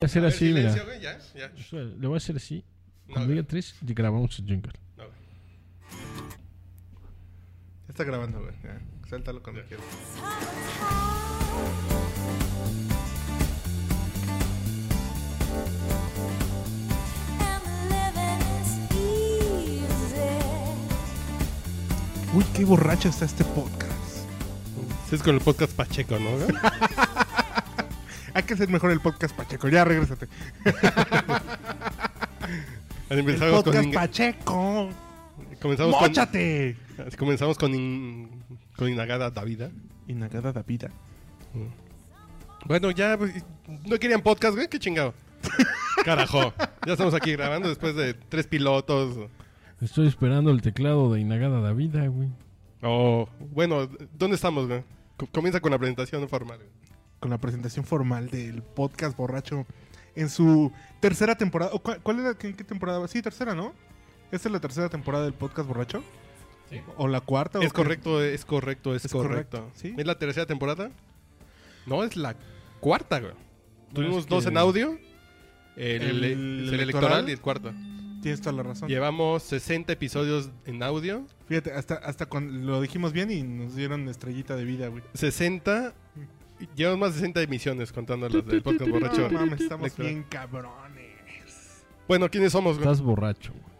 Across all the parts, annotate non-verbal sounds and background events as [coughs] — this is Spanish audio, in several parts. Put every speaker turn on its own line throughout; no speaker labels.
a hacer
ver,
así, mira.
silencio, ok, ya, ya.
Yo Le voy a hacer así.
No,
Cuando diga tres, y grabamos el jingle.
no, ok.
Ya está grabando, güey. Ya. Sáltalo cuando quieras. Uy, qué borracho está este podcast.
Sí, es con el podcast Pacheco, ¿no? güey?
[laughs] Hay que hacer mejor el podcast Pacheco. Ya, regrésate.
Empezamos con
podcast
Inga-
Pacheco.
comenzamos con,
¡Móchate!
así comenzamos con, in- con Inagada Davida.
Y nagada da vida.
Bueno, ya pues, no querían podcast, güey, qué chingado. [laughs] Carajo. Ya estamos aquí grabando después de tres pilotos.
Estoy esperando el teclado de Inagada Davida, güey.
Oh, bueno, ¿dónde estamos, güey? Co- Comienza con la presentación formal. güey.
Con la presentación formal del podcast borracho en su tercera temporada. ¿O cuál, cuál era? ¿Qué, qué temporada? va? Sí, tercera, ¿no? ¿Esta es la tercera temporada del podcast borracho? Sí. ¿O la cuarta?
Es
o qué?
correcto, es correcto, es,
Es
correcto.
correcto, ¿sí?
¿Es la tercera temporada? No, es la cuarta, güey. Tuvimos
es que-
dos en audio. El,
El electoral.
el electoral y el cuarto.
Tienes toda la razón.
Llevamos 60 episodios en audio,
Fíjate, hasta, hasta cuando lo dijimos bien y nos dieron estrellita de vida, güey.
60, y llevamos más de 60 emisiones contando las del podcast borracho.
No mames, estamos
Lectura.
bien cabrones.
Bueno, ¿quiénes somos? güey?
Estás borracho, güey.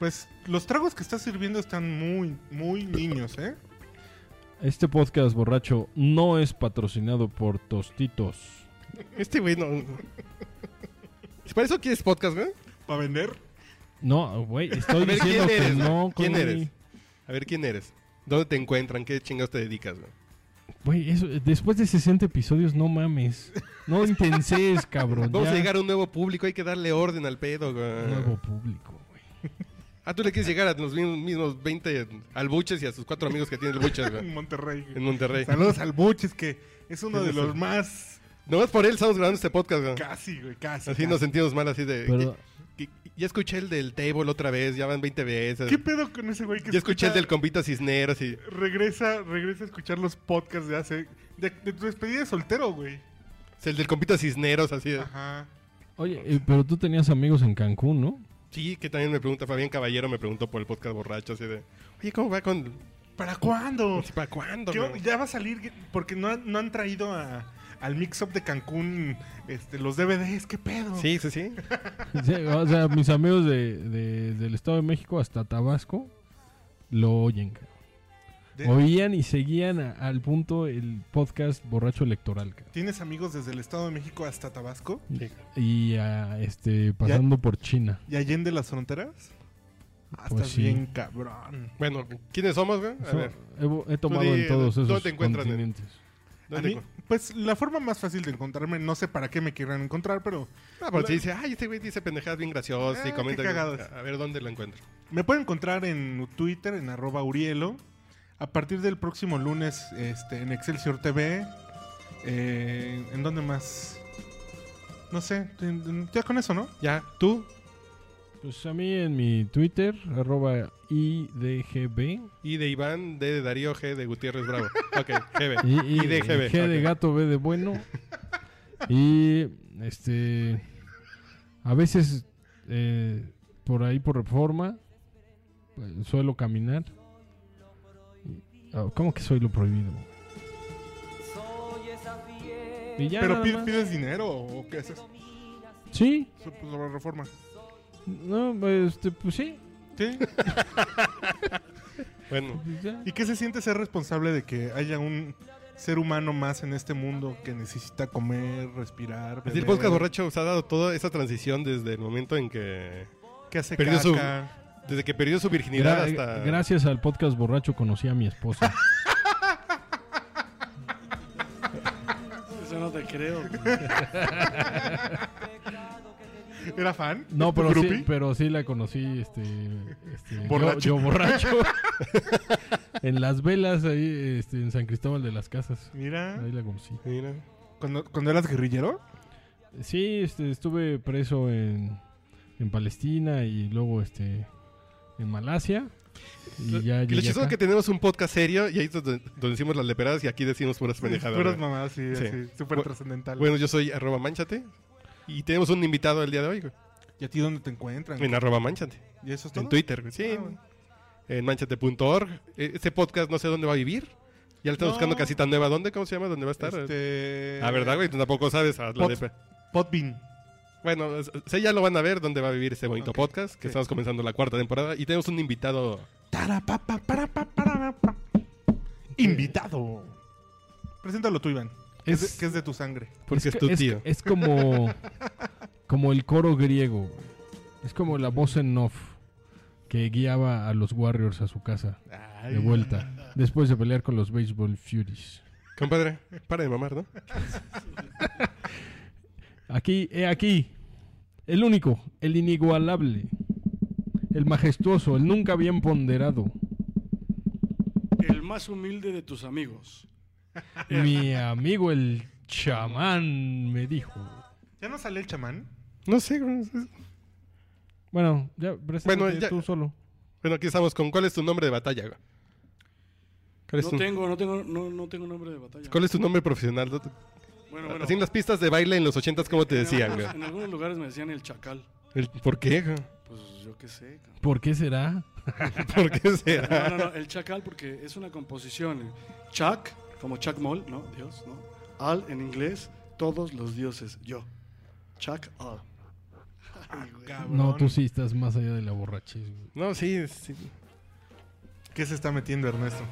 Pues los tragos que estás sirviendo están muy, muy niños, ¿eh?
Este podcast borracho no es patrocinado por Tostitos.
Este güey no. [laughs] ¿Para eso quieres podcast, güey?
¿Para vender?
No, güey, estoy
[laughs] A ver,
diciendo
¿quién
que
eres?
no.
¿Quién
güey.
eres? A ver, ¿quién eres? ¿Dónde te encuentran? ¿Qué chingados te dedicas, güey?
Güey, eso, después de 60 episodios, no mames. No intenses, cabrón.
Vamos
ya.
a llegar a un nuevo público, hay que darle orden al pedo, güey.
Nuevo público, güey.
Ah, tú le quieres llegar a los mismos, mismos 20 albuches y a sus cuatro amigos que tiene el buches, güey,
En Monterrey. güey.
en Monterrey.
Saludos al Buches, que es uno de
Tienes
los
el-
más...
Nomás por él estamos grabando este podcast, güey.
Casi, güey, casi.
Así
casi.
nos sentimos mal, así de...
Pero
Y- y- Ya escuché el del table otra vez, ya van 20 veces.
¿Qué pedo con ese güey que
Ya escuché el del
escucha-
compita Cisneros y...
Regresa, regresa a escuchar los podcasts de hace... De, de tu despedida de soltero, güey.
El del compita Cisneros, así de...
Ajá.
Oye, eh, pero tú tenías amigos en Cancún, ¿no?
Sí, que también me pregunta, Fabián Caballero me preguntó por el podcast borracho, así de... Oye, ¿cómo va con...?
¿Para cuándo?
así, ¿Para cuándo?
¿Qué-
güey?
ya va a salir, porque no, han- no han traído a- al mix-up de Cancún este, los DVDs, ¿qué pedo?
Sí, sí, sí.
Sí, o sea, mis amigos de, de- del Estado de México hasta Tabasco lo oyen. cabrón.
De-
Oían y seguían a- al punto el podcast borracho electoral. cabrón.
¿Tienes amigos desde el Estado de México hasta Tabasco?
Y ah, este pasando por China.
¿Y allende las fronteras? Ah,
Pues
estás
sí.
bien cabrón.
Bueno, ¿quiénes somos, güey? A
Eso
ver.
he, he tomado
di,
en todos
¿dónde
esos
te encuentran en-
continentes.
A
¿dónde
mí, pues la forma más fácil de encontrarme, no sé para qué me quieran encontrar, pero
Ah, pero si dice, ay, este güey dice pendejadas bien graciosas
Ah,
y
qué
comenta.
cagadas.
A ver dónde lo encuentro.
me pueden encontrar en Twitter, en arroba Urielo. A partir del próximo lunes, este, en Excelsior TV. eh, ¿En dónde más? No sé, ten- ya con eso, ¿no?
Ya, tú,
Pues a mí en mi Twitter, arroba IDGB.
I de Iván, D de Darío, G de Gutiérrez Bravo. Ok, GB.
Y, y-
IDGB,
G de
ok.
gato, B de bueno. y este. A veces eh, por ahí por reforma pues, suelo caminar. Y- ah, ¿Cómo que soy lo prohibido? Y ya
pero
nada
pi-
más.
pides dinero o qué haces?
Sí,
So- pues, Sobre reforma.
no, este, pues sí.
¿Sí?
Bueno,
pues ya.
¿Y qué se siente ser responsable de que haya un ser humano más en este mundo que necesita comer, respirar?
así el
beber,
podcast borracho se ha dado toda esa transición desde el momento en que.
que hace
perdió
caca.
su- Desde que perdió su virginidad
Gra-
hasta.
Gracias al podcast borracho conocí a mi esposa.
Eso no te creo.
¿Era fan?
No,
¿Tu
pero
groupie?
sí, pero sí la conocí, este, este, yo-
Borracho.
Yo, borracho.
[laughs]
en las velas ahí, este, en San Cristóbal de las Casas.
Mira,
Ahí la conocí.
Mira.
¿cuando, cuando eras guerrillero?
Sí, este, estuve preso en, en Palestina y luego, este, en Malasia. Y ya
Y lo
llegué
chistoso
acá.
es que tenemos un podcast serio y ahí es donde, donde decimos las leperadas y aquí decimos puras pendejadas.
Puras
güey.
mamás, sí,
Sí.
así, súper
Bu-
trascendental.
Bueno, yo soy arroba manchate. Y tenemos un invitado el día de hoy, güey.
¿Y a ti dónde te encuentran?
En arroba manchate.
¿Y eso es todo?
En Twitter, güey. Sí.
Ah, bueno.
En manchate.org. Eh, Este podcast no sé dónde va a vivir. Ya le estamos
No.
buscando casita nueva. ¿Dónde? ¿Cómo se llama? ¿Dónde va a estar?
Este...
Ah, ¿verdad, güey? Tú tampoco sabes. Haz la
Pod-
de-
Podbean.
Bueno, es- sé ya lo van a ver dónde va a vivir este bonito
Ok,
podcast, que
sí.
estamos comenzando la cuarta temporada y tenemos un invitado.
Tarapapa, parapa, parapa. Invitado. Preséntalo tú, Iván. Que es,
Es-
de, que es de tu sangre.
Porque es,
co-
tu tío.
Es eh, como, como el coro griego. güey. Es como la voz en off que guiaba a los Warriors a su casa de vuelta después de pelear con los Baseball Furies.
Compadre, para de mamar, ¿no?
Aquí, he aquí, el único, el inigualable, el majestuoso, el nunca bien
[laughs]
ponderado,
El más humilde de tus amigos.
mi amigo el chamán me dijo.
¿Ya no sale el chamán?
No sé. güey, es- es-
Bueno, ya, preséntate
Bueno, ya-
tú solo.
Bueno, aquí estamos con ¿cuál es tu nombre de batalla? güey? ¿Cuál es,
No
tu,
tengo, no tengo, no, no tengo nombre de batalla.
cuál es tu nombre profesional? ¿no?
Bueno, bueno.
Así en las pistas de baile en los ochentas, ¿cómo te
en
decían?
algunos-
güey?
En algunos lugares me decían el chacal.
El- ¿Por qué? güey? [laughs]
Pues yo qué sé. cabrón.
¿Por qué será?
¿Por qué será?
No, no, no, el chacal porque es una composición. eh. Chac, como Chuck Moll, ¿no? Dios, ¿no? Al en inglés, todos los dioses. Yo. Chuck Al. Ay, güey.
Cabrón.
No, tú sí estás más allá de la borrachez. güey.
No, sí, sí.
¿Qué se está metiendo Ernesto?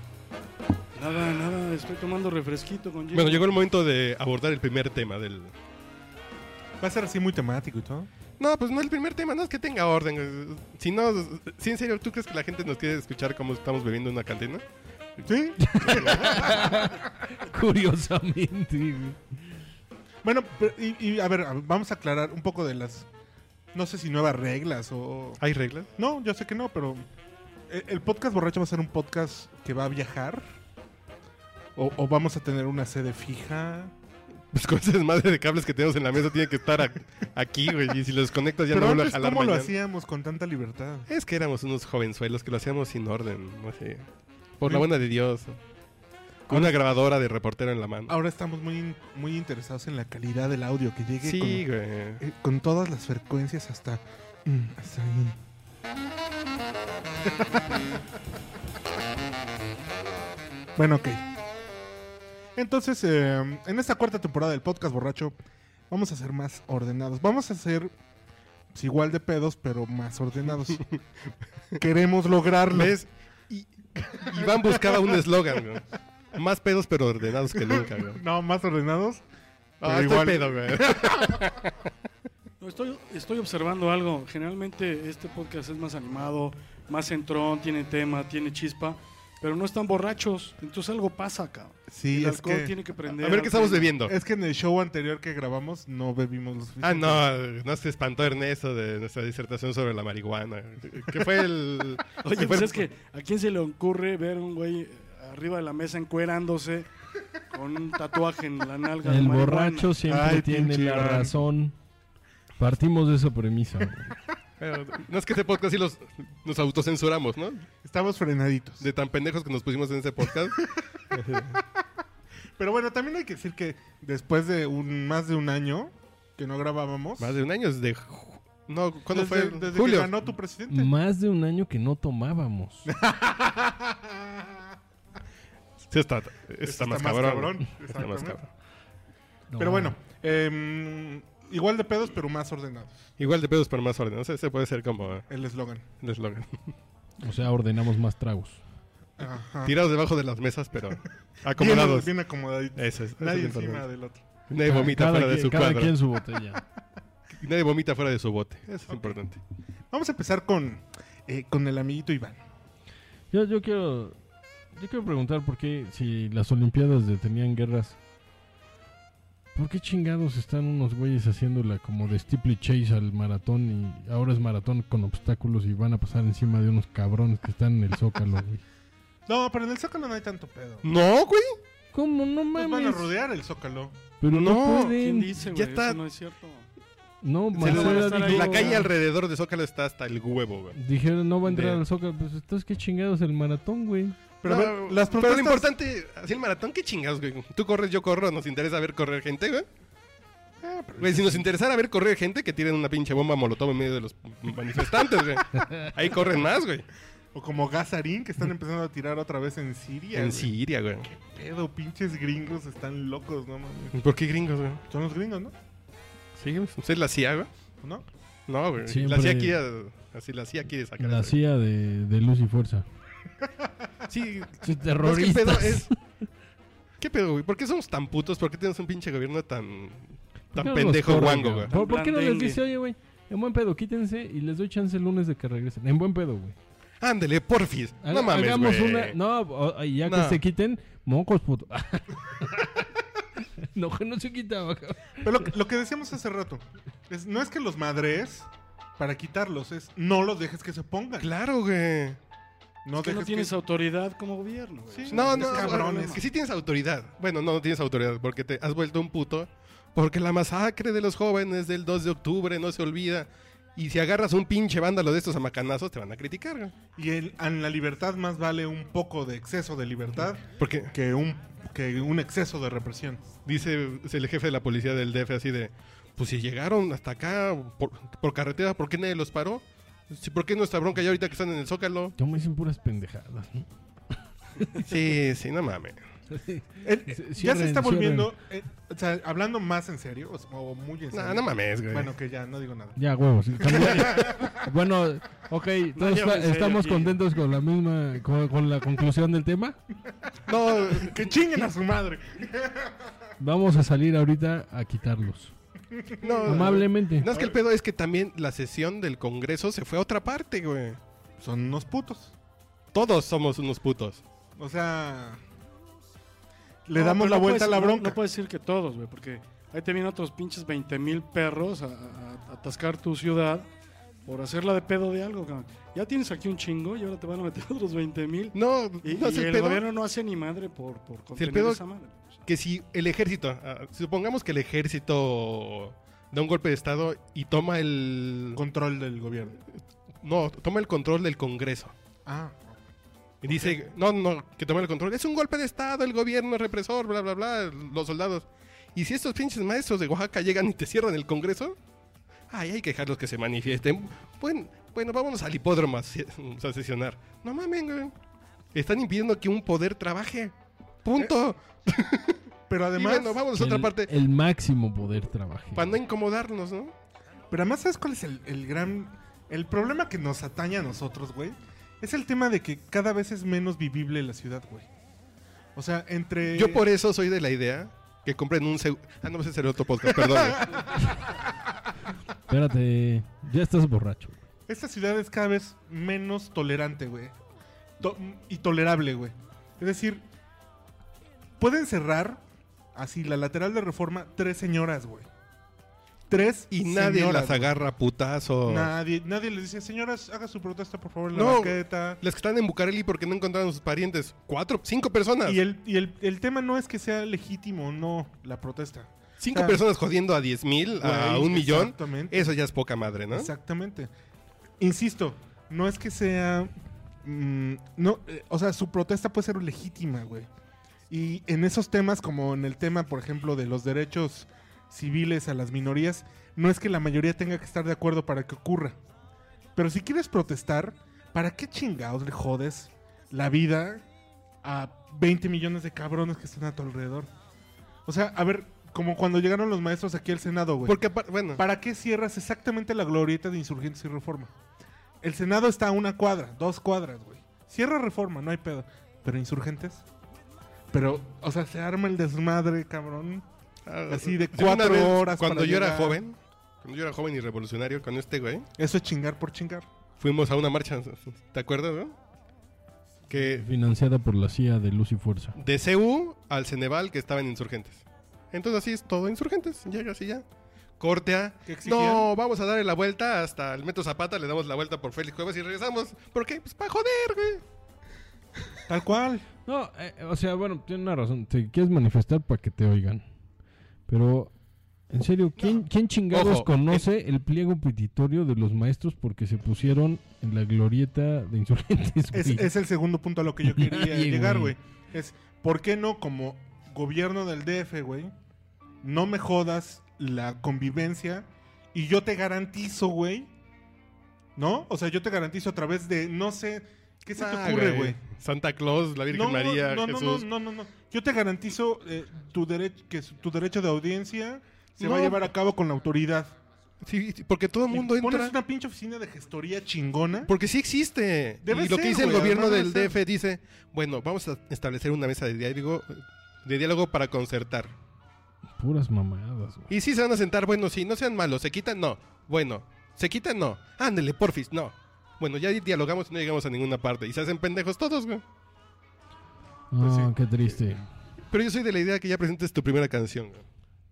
Nada, nada, estoy tomando refresquito con hielo.
Bueno, llegó el momento de abordar el primer tema del...
Va a ser así muy temático y todo.
No, pues no el primer tema, no es que tenga orden. güey. Si no, si en serio, ¿tú crees que la gente nos quiere escuchar cómo estamos bebiendo en una cantina?
Sí.
[laughs] Curiosamente, güey.
[laughs] bueno, pero- y, y a ver, a- vamos a aclarar un poco de las. No sé si nuevas reglas o.
¿Hay reglas? [laughs]
No, yo sé que no, pero. e- El podcast borracho va a ser un podcast que va a viajar. O, o vamos a tener una sede fija.
Pues con ese desmadre de cables que tenemos en la mesa tiene que estar a- aquí, güey. Y si los conectas ya
pero
no vuelve a
antes,
jalar
¿cómo lo
mañana.
hacíamos con tanta libertad?
Es que éramos unos jovenzuelos que lo hacíamos sin orden, no sé. Por
Sí.
la buena de Dios. Con una grabadora de reportero en la mano.
Ahora estamos muy, in- muy interesados en la calidad del audio que llegue con,
Sí, güey.
eh, con todas las frecuencias hasta, mm, hasta ahí. [laughs] bueno, ok. Entonces, eh, en esta cuarta temporada del podcast borracho, vamos a ser más ordenados. Vamos a ser pues, igual de pedos, pero más ordenados. Queremos lograrlo.
¿Ves? Y- Iván buscaba un eslogan, güey. Más pedos pero ordenados que nunca, güey.
No, más ordenados.
Ah,
pero
estoy
igual-
pedo, güey.
No, estoy, estoy observando algo. Generalmente este podcast es más animado, más centrón, tiene tema, tiene chispa, pero no están borrachos. Entonces algo pasa acá.
Sí,
el
es
alcohol
que...
tiene que prender.
A ver qué estamos bebiendo.
Es que en el show anterior que grabamos no bebimos los
Ah, no, no se espantó Ernesto de nuestra disertación sobre la marihuana. ¿Qué fue el...?
Oye,
que
pues
fue-
es que ¿a quién se le ocurre ver un güey arriba de la mesa encuerándose con un tatuaje en la nalga? de
El
marihuana?
borracho siempre
Ay,
tiene
pinche
la
Iván.
razón. Partimos de esa
[laughs]
premisa. güey.
Pero, No es que este podcast sí los, nos autocensuramos, ¿no?
Estamos frenaditos.
De tan pendejos que nos pusimos en ese podcast.
[laughs] Pero bueno, también hay que decir que después de un más de un año que no grabábamos.
Más de un año, desde... ju- No, ¿cuándo
desde,
fue?
desde
Julio. Mm.
que ganó tu presidente. [laughs]
Más de un año que no
[laughs]
tomábamos.
Sí, está, está,
Está
más,
más
cabrón.
cabrón,
güey. Está más
exactamente.
cabrón.
No.
Pero bueno, em, igual de pedos, pero más ordenados.
Igual de pedos, pero más orden. No sé, ese puede ser como eh,
El eslogan.
el eslogan.
O sea, ordenamos más tragos.
Ajá.
Tirados debajo de las mesas, pero
Ah. Bien-
acomodados.
Bien, acomodaditos.
Eso es. eso
Nadie
es lo
encima
importante.
del otro.
Nadie vomita
Cada
fuera de
quien-
su
cada
cuadro.
quien su
[laughs]
botella.
Nadie vomita fuera de su bote. Eso es importante.
Vamos a empezar con, eh, con el amiguito Iván.
Yo, yo quiero yo quiero preguntar por qué si las Olimpiadas detenían guerras, ¿por qué chingados están unos güeyes haciéndola como de steeple chase al maratón y ahora es maratón con obstáculos y van a pasar encima de unos cabrones que están en el zócalo, güey?
No, pero en el Zócalo no hay tanto pedo.
No, güey.
¿Cómo no
Nos van a
mames?
rodear el Zócalo.
Pero no,
No,
¿Quién
pueden.
dice,
Ya
güey?
está.
Eso no es cierto.
No,
Se
Se
lo van a
Marcela
estar
dijo-
ahí.
La calle alrededor de Zócalo está hasta el huevo, güey.
dijeron no va a entrar
De-
al zócalo, pues entonces qué chingados el maratón, güey.
Pero a
No,
ver, las
Pero lo
protestas
importante, así el maratón, qué chingados, güey. Tú corres, yo corro, nos interesa ver correr gente, güey. Güey, si nos interesara ver correr gente que tiren una pinche bomba molotov en medio de los manifestantes, güey. Ahí corren más, güey.
O como Gazarín, que están empezando a tirar otra vez en Siria.
Mm. En
güey.
Siria, güey.
Pedo, pinches gringos están locos, no mames.
¿Por qué gringos, güey?
Son los gringos, ¿no?
Sí, güey. ¿Usted la CIA, güey?
¿No?
No, güey. La
Siempre-
CIA quiere, así la CIA quiere sacar.
La
eso,
CIA de, de luz y fuerza.
güey.
[laughs]
Sí, ¿Sabes ¿Qué
Terroristas.
pedo es? [laughs] ¿Qué pedo, güey? ¿Por qué somos tan putos? ¿Por qué tenemos un pinche gobierno tan,
¿Por qué
tan
no
pendejo
los corren,
guango, güey?
cabrón? ¿Por, por qué no les
Blandengue.
dice, oye, güey, en buen pedo, quítense y les doy chance el lunes de que regresen? En buen pedo, güey.
Ándele, porfis.
Haga-
no mames,
Hagamos
güey.
una. No, o- y ya
No.
que se quiten, mocos, puto. [laughs] no, que no se quitaba, cabrón.
Pero lo, lo que decíamos hace rato, es, no es que los madres para quitarlos, es no los dejes que se pongan.
Claro, güey.
No
Es que no
dejes
tienes
que...
autoridad como gobierno. güey.
Sí.
O sea,
No,
Es
no,
cabrón,
no,
es-
que sí tienes autoridad. Bueno, no, no tienes autoridad porque te has vuelto un puto. Porque la masacre de los jóvenes del 2 de octubre no se olvida. Y si agarras un pinche vándalo de estos amacanazos, te van a criticar, güey.
Y el- en la libertad más vale un poco de exceso de libertad
Porque
que un, que un exceso de represión.
dice el jefe de la policía del DF así de, pues si llegaron hasta acá por, por carretera, ¿por qué nadie los paró? Sí, ¿Por qué nuestra bronca ya ahorita que están en el Zócalo?
No me dicen puras pendejadas, ¿no?
Sí, sí, no mames.
[laughs]
El-
Sí,
ya
cierren,
se está
cierren.
volviendo, eh, o sea, hablando más en serio, o, o muy en serio.
No, no mames, güey.
Bueno, que ya, no digo nada.
Ya, huevos.
[laughs]
Cambiar- bueno, ok, todos
ya me
está-
sé,
estamos
aquí.
contentos con la misma, con, con la conclusión del tema.
No,
[laughs] Que chinguen a su madre.
Vamos a salir ahorita a quitarlos.
no.
Amablemente.
No, es que el pedo es que también la sesión del Congreso se fue a otra parte, güey.
Son unos putos.
Todos somos unos putos.
O sea, le
No,
damos
pero
la
no
vuelta
puedes-
a la
no-
bronca.
No, puedes decir que todos, güey, porque ahí te vienen otros pinches 20 mil perros a, a- a atascar tu ciudad por hacerla de pedo de algo, cabrón. Ya tienes aquí un chingo y ahora te van a meter [laughs] otros 20 mil.
No,
Y,
no es
y
el
el
pedo
gobierno no hace ni madre por, por contener
pedo-
esa madre. O sea,
que si el ejército, ah, supongamos que el ejército da un golpe de estado y toma el
Control del gobierno.
no, toma el control del Congreso.
Ah,
Y dice, no, no, que tome el control. Es un golpe de Estado, el gobierno es represor, bla, bla, bla, los soldados. Y si estos pinches maestros de Oaxaca llegan y te cierran el Congreso, ay, hay que dejarlos que se manifiesten. Bueno, bueno vámonos al hipódromo a, se- a sesionar. No mames, güey. Están impidiendo que un poder trabaje. Punto.
pero
y
además,
bueno, vámonos a otra
El-
parte.
El máximo poder trabaje.
Para no incomodarnos, ¿no?
pero además, ¿sabes cuál es el, el gran. El problema que nos atañe a nosotros, güey? Es el tema de que cada vez es menos vivible la ciudad, güey. O sea, entre.
Yo por eso soy de la idea que compren un seguro. Ah, no, ese será otro podcast, perdón. ¿eh?
[laughs]
güey.
Espérate, ya estás borracho.
Esta ciudad es cada vez menos tolerante, güey. To- y tolerable, güey. Es decir, pueden cerrar así la lateral de reforma tres señoras, güey. Tres
Y nadie
señoras,
las agarra a putazo.
güey. Nadie, nadie les dice, señoras, haga su protesta, por favor, en la
No.
banqueta.
Las que están en Bucareli porque no encontraron a sus parientes. Cuatro, cinco personas.
Y, el, y el, el tema no es que sea legítimo o no la protesta.
cinco
Ah.
personas jodiendo a diez mil, a
Güey,
un millón.
Exactamente.
Eso ya es poca madre, ¿no?
Exactamente. Insisto, no es que sea. mm, no, eh, o sea, su protesta puede ser legítima, güey. Y en esos temas, como en el tema, por ejemplo, de los derechos civiles a las minorías, no es que la mayoría tenga que estar de acuerdo para que ocurra. Pero si quieres protestar, ¿para qué chingados le jodes la vida a 20 millones de cabrones que están a tu alrededor? O sea, a ver, como cuando llegaron los maestros aquí al Senado, güey.
Porque, apar- bueno,
¿Para qué cierras exactamente la glorieta de insurgentes y reforma? El Senado está a una cuadra, dos cuadras, güey. Cierra reforma, no hay pedo. Pero insurgentes. Pero, o sea, se arma el desmadre, cabrón.
ah,
así de
yo
cuatro
una
horas
Cuando
para
yo era
llegar.
joven, cuando yo era joven y revolucionario, con este güey,
Eso es chingar por chingar.
fuimos a una marcha. ¿Te acuerdas, no? Que
Financiada por la CIA de luz y fuerza.
de CU al Ceneval que estaban insurgentes. Entonces así es todo insurgentes. Llega así ya. Cortea.
¿Qué exigían?
No, vamos a darle la vuelta hasta el Metro Zapata, le damos la vuelta por Félix Cuevas y regresamos. ¿Por qué? Pues para joder, güey.
Tal cual.
No, eh, o sea, bueno, tiene una razón. Te quieres manifestar para que te oigan. Pero, en serio, ¿quién, quién chingados
Ojo,
conoce el pliego petitorio de los maestros porque se pusieron en la glorieta de insurgentes?
Es,
güey?
es el segundo punto a lo
[laughs]
que yo quería
Nadie,
llegar,
güey.
güey. Es, ¿por qué no como gobierno del DF, güey? No me jodas la convivencia. Y yo te garantizo, güey. ¿No? O sea, yo te garantizo a través de, no sé, ¿qué se te
Ah,
ocurre, güey?
Santa Claus, la Virgen
no,
María,
no, no,
Jesús.
no, no, no, no. Yo te garantizo eh, tu derecho que su- tu derecho de audiencia se va a
No.
llevar a cabo con la autoridad.
Sí, sí, porque todo el mundo
Pones
entra.
una pinche oficina de gestoría chingona.
Porque sí existe.
Debe
y lo
ser,
que dice el
güey,
gobierno
además
del
debe ser.
DF dice, bueno, vamos a establecer una mesa de diálogo, de diálogo para concertar.
Puras mamadas, güey.
Y sí se van a sentar, bueno, sí, no sean malos, se quitan, no. Bueno, se quitan, no. Ándele, porfis, no. Bueno, ya dialogamos y no llegamos a ninguna parte. Y se hacen pendejos todos, güey.
Pues sí.
Ah, qué triste.
Pero yo soy de la idea que ya presentes tu primera canción, güey.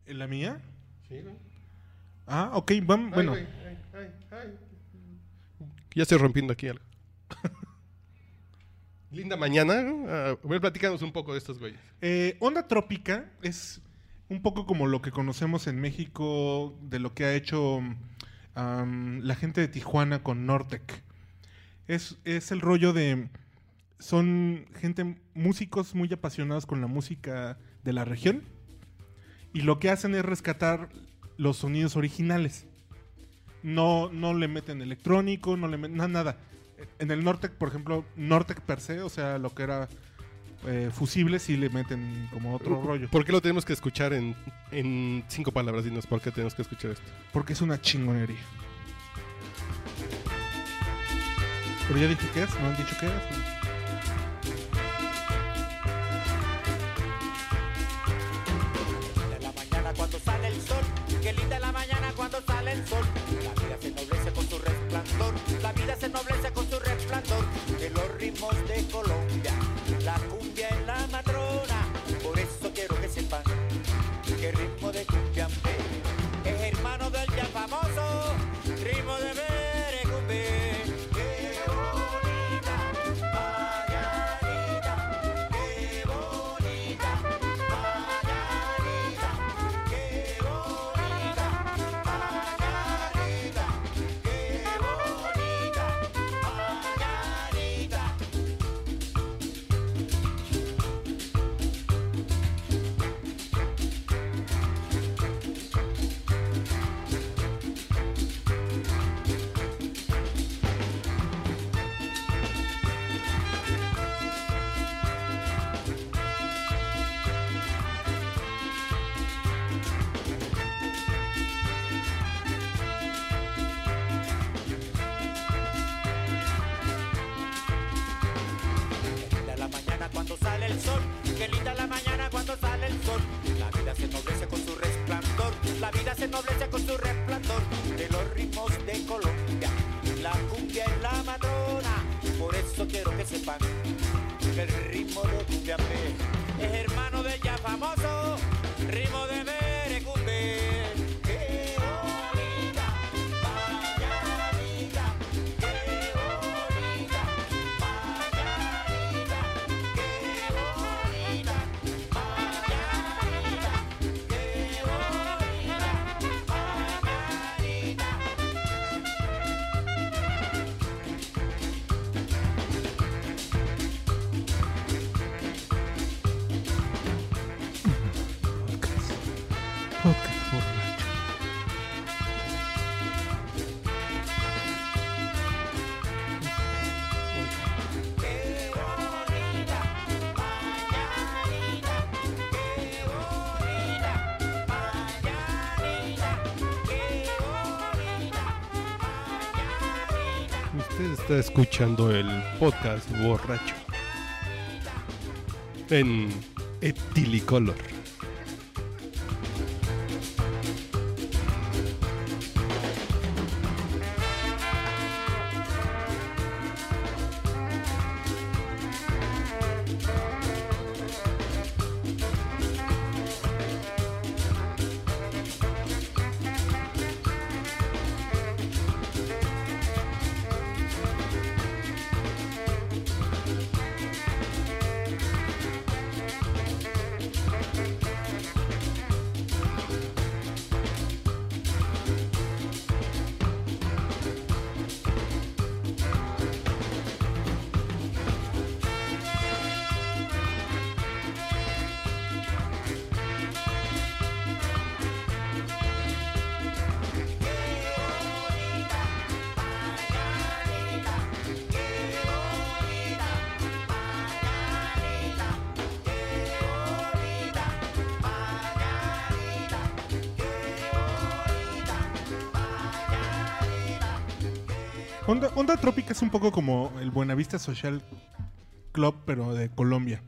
¿En ¿La mía?
Sí, güey.
Ah, ok, vamos. Bueno,
Ya estoy rompiendo aquí algo. Linda mañana. ¿no? Ah, A ver, platícanos un poco de estos güeyes.
eh, Onda Trópica es un poco como lo que conocemos en México de lo que ha hecho am, la gente de Tijuana con Nortec. Es, es el rollo de... Son gente, músicos muy apasionados con la música de la región. Y lo que hacen es rescatar los sonidos originales. No, no le meten electrónico, no le meten na- nada. En el Nortec, por ejemplo, Nortec per se, o sea, lo que era eh, fusible, sí le meten como otro rollo.
¿Por qué lo tenemos que escuchar en, en cinco palabras? Dinos, ¿por qué tenemos que escuchar esto?
Porque es una chingonería. Pero ya dije qué es, no han dicho qué es.
linda la mañana cuando sale el sol, qué linda la mañana cuando sale el sol. La vida se ennoblece con su resplandor, la vida se ennoblece con su resplandor. De los ritmos de Colombia, la cumbia es la matrona. Por eso quiero que sepan que ritmo de cumbia es es hermano del ya famoso ritmo de merengue. Qué bonita mañanita, qué bonita mañanita, qué bonita mañanita, qué bonita mañanita. Qué linda la mañana cuando sale el sol, qué linda la mañana cuando sale el sol. La vida se ennoblece con su resplandor, la vida se ennoblece con su resplandor. De los ritmos de Colombia, la cumbia es la madrona. Por eso quiero que sepan que el ritmo de cumbia P es hermano del ya famoso ritmo de merecumbe. Qué bonita mañanita, qué bonita mañanita, qué bonita mañanita, qué bonita mañanita. Qué bonita mañanita, qué bonita mañanita, qué bonita mañanita.
Usted está escuchando el podcast borracho. En Etilicolor.
Onda, Onda Trópica es un poco como el Buenavista Social Club, pero de Colombia.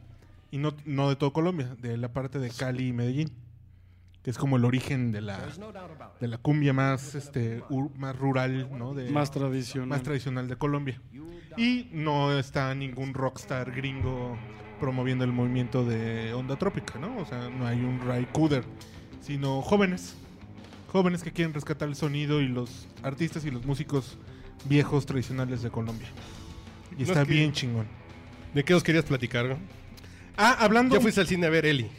Y no, no de todo Colombia, de la parte de Cali y Medellín. Que es como el origen de la, de la cumbia más, este, ur- más rural, ¿no? De,
Más tradicional.
más tradicional de Colombia. Y no está ningún rockstar gringo promoviendo el movimiento de onda trópica, ¿no? O sea, no hay un Ray Cooder, sino jóvenes. Jóvenes que quieren rescatar el sonido y los artistas y los músicos viejos tradicionales de Colombia. Y
No,
está
es que-
bien chingón.
¿De qué nos querías platicar? no?
Ah, hablando...
Ya fuiste al cine a ver Eli.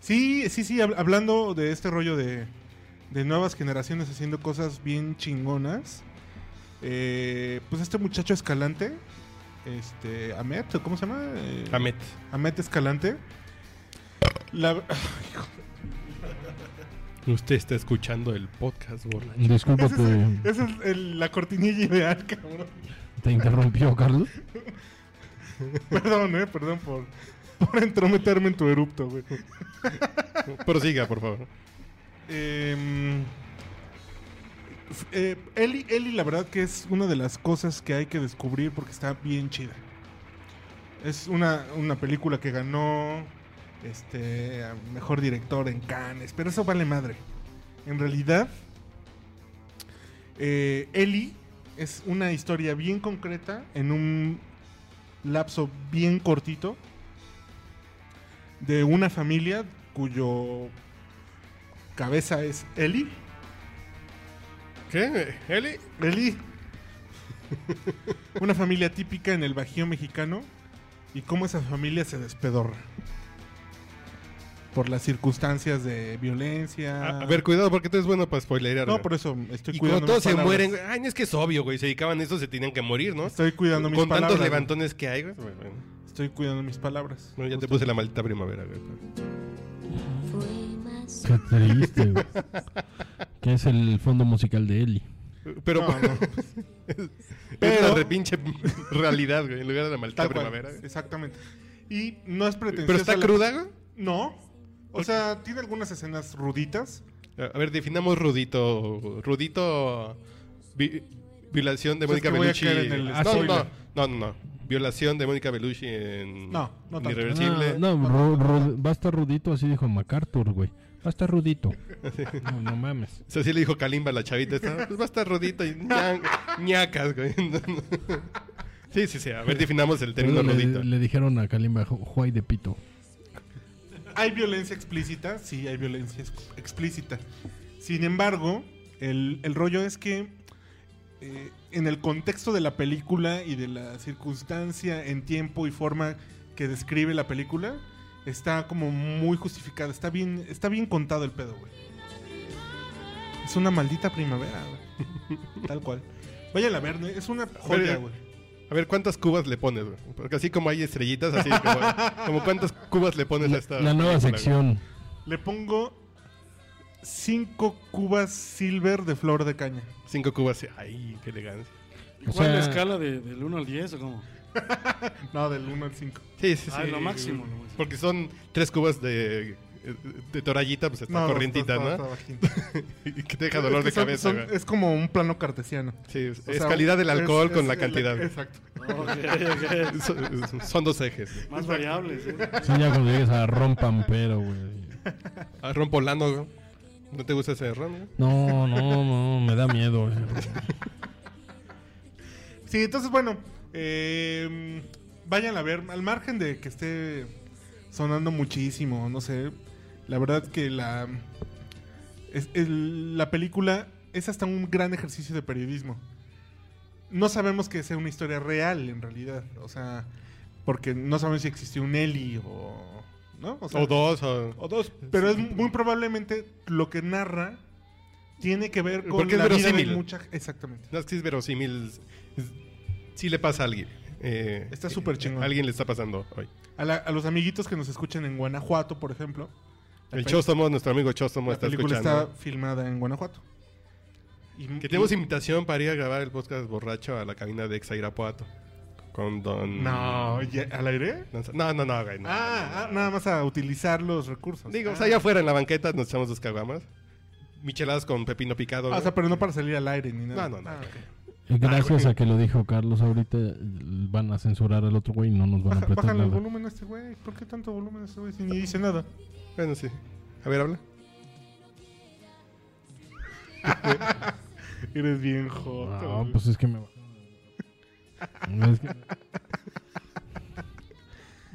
Sí, sí, sí, hab- hablando de este rollo de, de nuevas generaciones haciendo cosas bien chingonas. eh, pues este muchacho Escalante, este, Amet, ¿cómo se llama? Eh,
Amet.
Amet Escalante. La- [laughs]
Usted está escuchando el podcast, Borla.
Disculpa,
esa es,
te,
esa es el- la cortinilla ideal, cabrón. [laughs]
te interrumpió, Carlos.
Perdón, eh, perdón por, por entrometerme en tu erupto, güey.
Prosiga, por favor.
Eh, f- eh, Eli, Eli, la verdad que es una de las cosas que hay que descubrir porque está bien chida. Es una, una película que ganó este a mejor director en Cannes, pero eso vale madre. En realidad, eh, Eli es una historia bien concreta en un lapso bien cortito de una familia cuyo cabeza es Eli.
¿Qué? ¿Eli?
Eli. [laughs] Una familia típica en el Bajío mexicano y cómo esa familia se despedorra. Por las circunstancias de violencia.
A, a ver, cuidado, porque tú eres bueno para spoilerear.
no,
güey.
por eso estoy
Y
cuidando
cuando todos
mis
se
palabras.
mueren, güey, ay, no es que es obvio, güey. Se dedicaban a eso, se tenían que morir, ¿no?
Estoy cuidando mis
Con
palabras.
tantos levantones que hay, güey. Bueno,
Estoy cuidando mis palabras.
ya te puse la maldita primavera, güey.
Fue más
Qué triste, güey. Que es el fondo musical de Eli.
Pero,
No, [laughs] no,
es
Pero-
una repinche [laughs] realidad, güey, en lugar de la maldita
tal cual,
primavera. güey.
Exactamente. Y no es pretencioso.
Pero está cruda, güey.
No. O sea, tiene algunas escenas ruditas.
A ver, definamos rudito. Rudito. vi- violación de
O sea, es
Mónica
que voy a
Bellucci.
caer en el
Ah, no,
spoiler.
no, no, no, no. Violación de Mónica Bellucci en.
No, no tanto.
Irreversible.
Ah, No, no, ru- ru- va a estar rudito, así dijo MacArthur, güey. Va a estar
[laughs]
rudito. No, no mames.
O sea, sí le dijo Kalimba a la chavita esta. Pues va a estar rudito y ña- ñacas, güey. [laughs] Sí, sí, sí. A ver, definamos el término
Luego
rudito.
le, le dijeron a Kalimba, "Ju- Juay de Pito.
¿Hay violencia explícita? Sí, hay violencia ex- explícita. Sin embargo, el, el rollo es que eh, en el contexto de la película y de la circunstancia en tiempo y forma que describe la película, está como muy justificada. Está bien, está bien contado el pedo, güey. Es una maldita primavera, güey. [laughs] Tal cual. Vayan a ver, ¿no? es una joya, güey.
A ver, ¿cuántas cubas le pones, güey? Porque así como hay estrellitas, así como, como cuántas cubas le pones a esta.
La nueva
película, güey?
sección.
Le pongo cinco cubas silver de flor de caña.
Cinco cubas. sí. Ay, qué elegancia.
O
¿Cuál es la
sea,
escala de, del 1 al 10 o cómo?
No, del 1 al 5.
Sí, sí, sí.
Ah, lo máximo, lo
[laughs]
máximo.
Porque son tres cubas de, de torallita, pues está
No, no,
corrientita,
está-
¿no?
está bajito.
Y que te [laughs] deja dolor
Es que
de
son-
cabeza,
son-
güey.
es como un plano cartesiano.
Sí, es
O sea,
calidad del
es-
alcohol con
es
la
el-
cantidad. güey.
exacto.
[laughs]
Ok,
Son, son dos ejes. güey.
ok. Más variables. ¿eh?
[laughs] sí, ya cuando llegues a Ron Pampero, güey.
Ah, ron polano, güey. ¿No te gusta ese ron, güey?
No, no, no, me da miedo. eh. güey.
Sí, entonces, bueno, eh, vayan a ver, al margen de que esté sonando muchísimo, no sé, la verdad que la, es- el- la película es hasta un gran ejercicio de periodismo. No sabemos que sea una historia real, en realidad, o sea, porque no sabemos si existió un Eli o... ¿no? sea,
O dos, o...
O dos, pero es muy probablemente lo que narra tiene que ver con
Porque es
la vida de
verosímil.
mucha exactamente.
No, es que es verosímil. Es- Sí le pasa a alguien. Eh,
Está súper chingón.
A alguien le está pasando hoy.
A, la- a los amiguitos que nos escuchan en Guanajuato, por ejemplo. la
El
pe-
Chostomo, nuestro amigo Chostomo
La
está
película
escuchando.
está filmada en Guanajuato. Y-
Que tenemos
y-
invitación para ir a grabar el podcast borracho a la cabina de Exa Irapuato. Con Don...
No, ¿ya- ¿al aire?
No, no, Mm. no, güey. no.
Ah, ah, nada más a utilizar los recursos.
Digo, o
Ah.
sea, allá afuera en la banqueta nos echamos dos caguamas. Micheladas con pepino picado.
Ah, o sea,
güey.
pero no para salir al aire ni nada.
No, no, no.
Ah, ok.
Gracias a que lo dijo Carlos ahorita, van a censurar al otro güey y no nos van a
Baja-
apretar
bájale el
nada.
volumen a este güey. ¿Por qué tanto volumen a este güey si ni dice nada?
Bueno, sí. A ver, habla.
Eres bien joto.
No,
güey.
pues es que me bajaron. Es que-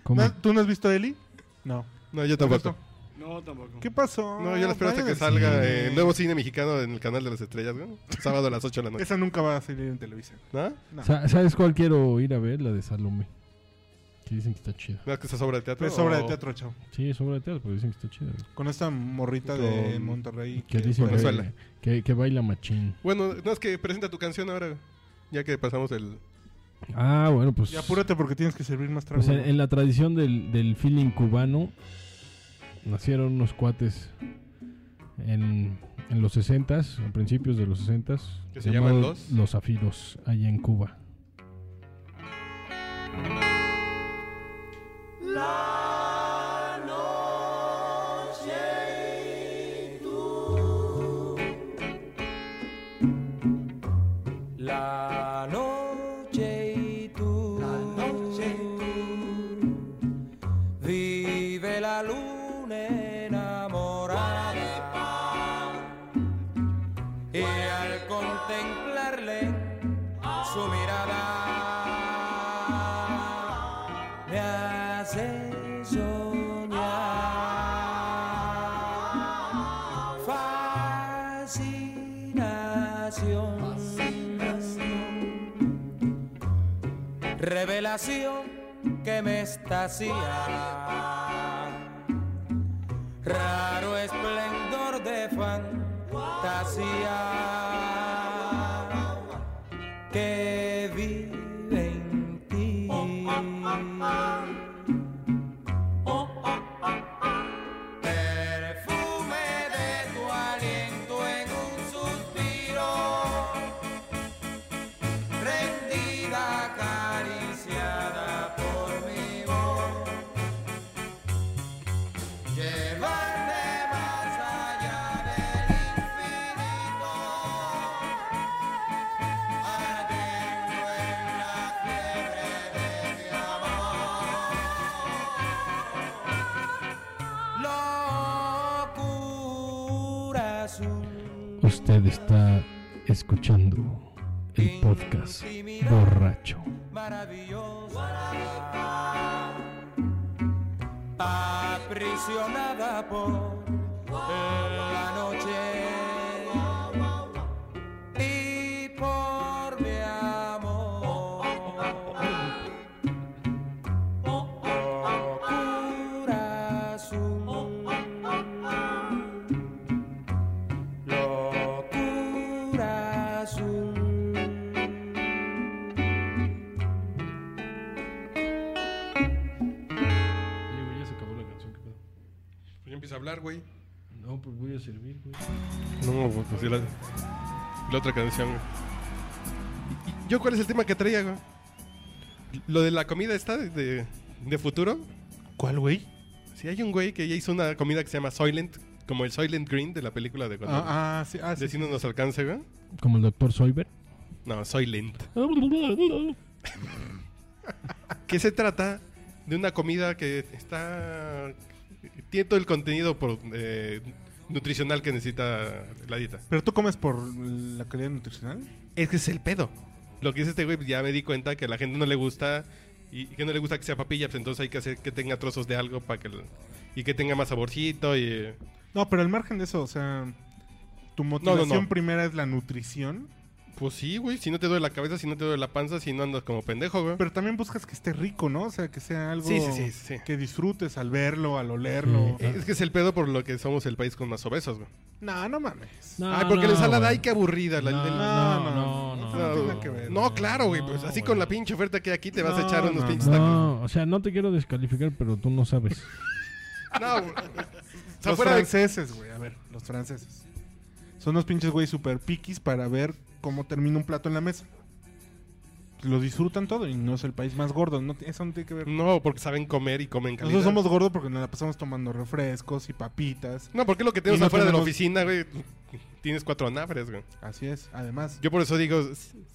¿Cómo?
¿No- Ah, ¿Tú no has visto a Eli? No.
No, yo tampoco.
No, tampoco.
¿Qué pasó?
No, yo la espero hasta
Vayan
que
al
salga eh,
cine.
el nuevo cine mexicano en el canal de las estrellas, güey. Sábado a las 8 de la noche.
Esa nunca va a salir en televisión.
¿No?
Sa- ¿Sabes cuál quiero ir a ver? La de Salome. Que dicen que está chida.
¿No es que esa obra de teatro?
Es obra
o-
de teatro, chao.
Sí, es obra de teatro, pero dicen que está chida. güey.
Con esta morrita de
Con-
Monterrey.
Que dicen
Venezuela.
que, que- que baila machín.
Bueno, no es que presenta tu canción ahora, güey. ya que pasamos el.
Ah, bueno, pues.
Y apúrate porque tienes que servir más trago.
pues en, en la tradición del, del feeling cubano, nacieron unos cuates en, en los 60s, a principios de los 60s.
¿Que se llaman
llamados
los?
Los Zafiros, allá en Cuba.
La noche y tú. La noche Vive la luna enamorada. Y al contemplarle su mirada me hace soñar. Fascinación. Revelación que me extasía. Raro esplendor de fantasía que vive en ti. Perfume de tu aliento en un suspiro rendida, acariciada por mi voz. Llevarte más allá del infinito, ardiendo en la fiebre de mi amor. Locura azul.
Usted está escuchando el podcast Borracho.
maravillosa, aprisionada por la noche y por mi amor. Locura azul, locura azul.
ya se acabó la canción, ¿qué pedo?
Pues ya empieza a hablar, güey.
No, pues voy a servir, güey.
No, pues sí, la, la otra canción, güey. ¿Y- y ¿Yo cuál es el tema que traía, güey? Lo de la comida está de, de futuro.
¿Cuál, güey?
Sí, hay un güey que ya hizo una comida que se llama Soylent, como el Soylent Green de la película de cuando
Ah, ah, sí. Ah, sí.
de si no nos alcance, güey.
Como el doctor Soyber.
No, Soylent. [laughs] que se trata de una comida que está tiene todo el contenido por, eh, nutricional que necesita la dieta.
¿Pero tú comes por la calidad nutricional?
Es que es el pedo. Lo que dice este güey, ya me di cuenta que a la gente no le gusta y y que no le gusta que sea papilla, pues entonces hay que hacer que tenga trozos de algo para que lo- y que tenga más saborcito y eh,
No, pero al margen de eso, o sea, tu motivación
no, no.
primera es la nutrición,
pues sí, güey, si no te duele la cabeza, si no te duele la panza, si no andas como pendejo, güey.
pero también buscas que esté rico, ¿no? O sea, que sea algo
Sí, sí, sí, sí.
que disfrutes al verlo, al olerlo.
Eh, Es que es el pedo por lo que somos el país con más obesos, güey.
No, no mames.
No,
Ay, Ah, porque
no,
la ensalada,
güey.
ay, qué aburrida. La, el-
No,
no,
no, no,
no,
No,
tiene
no.
nada que ver.
No, claro, güey. Pues
No,
así con la
güey.
pinche oferta que hay aquí te vas a echar
No,
unos
no,
pinches tacos.
No, o sea, no te quiero descalificar, pero tú no sabes.
No, güey. O sea,
Los
fuera de-
franceses, güey, a ver, los franceses. Son unos pinches güey super piquis para ver cómo termina un plato en la mesa. lo disfrutan todo y no es el país más gordo. No, ti- eso no tiene que ver.
No, porque saben comer y comen calidad.
Nosotros somos gordos porque nos la pasamos tomando refrescos y papitas.
No, porque lo que tenemos
Y no
afuera de la
tenemos-
oficina, güey. Tienes cuatro anafres, güey.
Así es, además.
Yo por eso digo,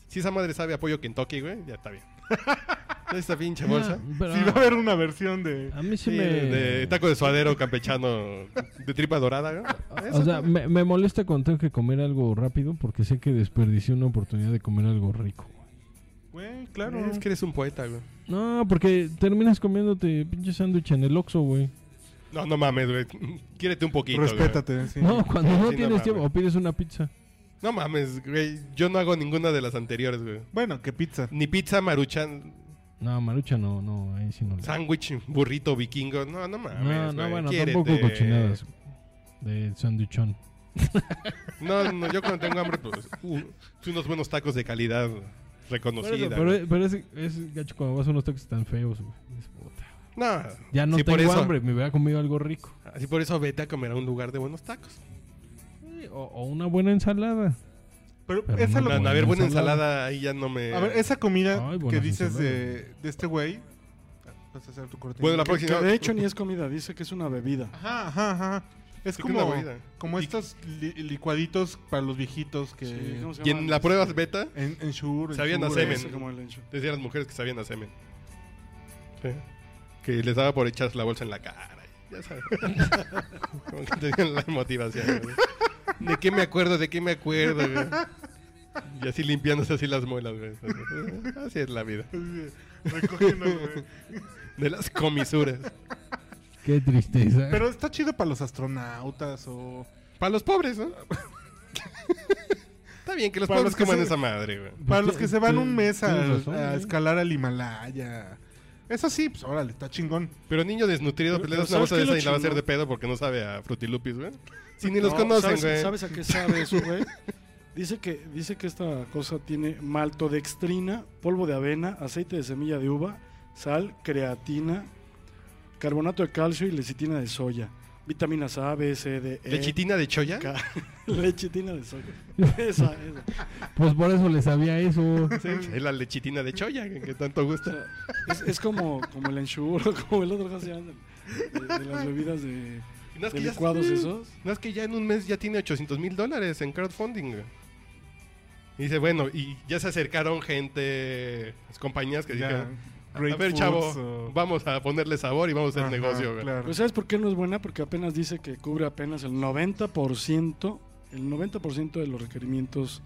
si esa madre sabe apoyo Kentucky, güey, ya está bien. [laughs] Esta pinche
Ah,
bolsa.
pero
sí va a haber una versión de...
a mí sí,
Sí,
me...
de taco de suadero campechano de tripa dorada, güey.
O sea, me, me molesta cuando tengo que comer algo rápido porque sé que desperdicié una oportunidad de comer algo rico.
Güey, claro.
Es que eres un poeta, güey.
No, porque terminas comiéndote pinche sándwich en el Oxxo, güey.
No, no mames, güey. Quiérete un poquito. güey.
Respétate, sí.
No, cuando no
Sí, no
tienes
mames.
tiempo, o pides una pizza.
No mames, güey. Yo no hago ninguna de las anteriores, güey.
Bueno, que pizza.
Ni pizza, maruchan,
No, marucha no, no, ahí sí no. le-
sándwich, burrito, vikingo. No, no mames.
No, no,
güey.
bueno,
Quiérete.
tampoco cochinadas de sándwichón.
No, no, yo cuando tengo hambre, pues, uh, unos buenos tacos de calidad
Por eso,
reconocida.
Pero, eh,
güey.
pero es, es gacho cuando vas a unos tacos tan feos, güey. Es puta.
No,
Ya no
sí, por
tengo
eso-
hambre, me hubiera comido algo rico.
Así por eso vete a comer a un lugar de buenos tacos.
Sí, O, o una buena ensalada.
Pero,
Pero
esa
no
lo-
No, no, a ver, buena
ensalada.
ensalada ahí ya no me.
A ver, esa comida
Ay,
que
buenas
dices
ensaladas.
de, de este güey... Vas a hacer tu corte.
Bueno, la
Que
próxima.
de hecho ni es comida, dice que es una bebida.
Ajá, ajá, ajá. Es
Sí,
como,
una bebida.
como
Y-
estos li- licuaditos para los viejitos que...
Sí,
[laughs]
¿cómo se
Y
llama?
en la prueba beta,
en, en Shure, en
Sabían
Shure,
semen.
Ese,
hacer-
ese.
como el encho.
decían las mujeres que sabían a semen. Sí. Que les daba por echarse la bolsa en la cara. y Ya sabes. Como que tenían la motivación. güey. ¿De qué me acuerdo? ¿De qué me acuerdo? güey? Y así limpiándose así las muelas, güey. Así es la vida.
Recogiendo, güey.
De las comisuras.
Qué tristeza.
Pero está chido para los astronautas o...
Para los pobres, ¿no? Está bien que los
Para
pobres
los que
coman
se-
esa madre, güey.
Para los que se van un mes a,
Tienes razón,
a
güey.
escalar al Himalaya. Eso sí, pues órale, está chingón.
Pero niño desnutrido,
Pero-
pues, le das
pero
una bolsa de
¿sabes
esa
qué es
y la
lo
va a hacer de
chingón?
pedo porque no sabe a Frutilupis, güey. Si ni los
No,
conocen,
¿sabes,
güey.
¿Sabes a qué sabe eso, güey? Dice que, dice que esta cosa tiene maltodextrina, polvo de avena, aceite de semilla de uva, sal, creatina, carbonato de calcio y lecitina de soya. Vitaminas A, B, C, D, E.
¿Lechitina de choya?
K. [laughs] Lechitina de soya. Esa, esa.
Pues por eso le sabía eso.
Es la lechitina de choya, que, que tanto
O
gusta.
[laughs] sea, es, es como, como el enchuro, [laughs] como el otro que se llama, de, de las bebidas de,
No es,
de
que ya,
licuados esos.
no es que ya en un mes ya tiene 800 mil dólares en crowdfunding, güey. Y dice, bueno, y ya se acercaron gente, las compañías que
Ya,
dijeron, a
Great
ver,
Foods
chavo,
o-
vamos a ponerle sabor y vamos a hacer
Ajá,
negocio, güey. Pues,
claro.
Pero Pues, ¿sabes por qué no es buena? Porque apenas dice que cubre apenas el 90%, el 90% de los requerimientos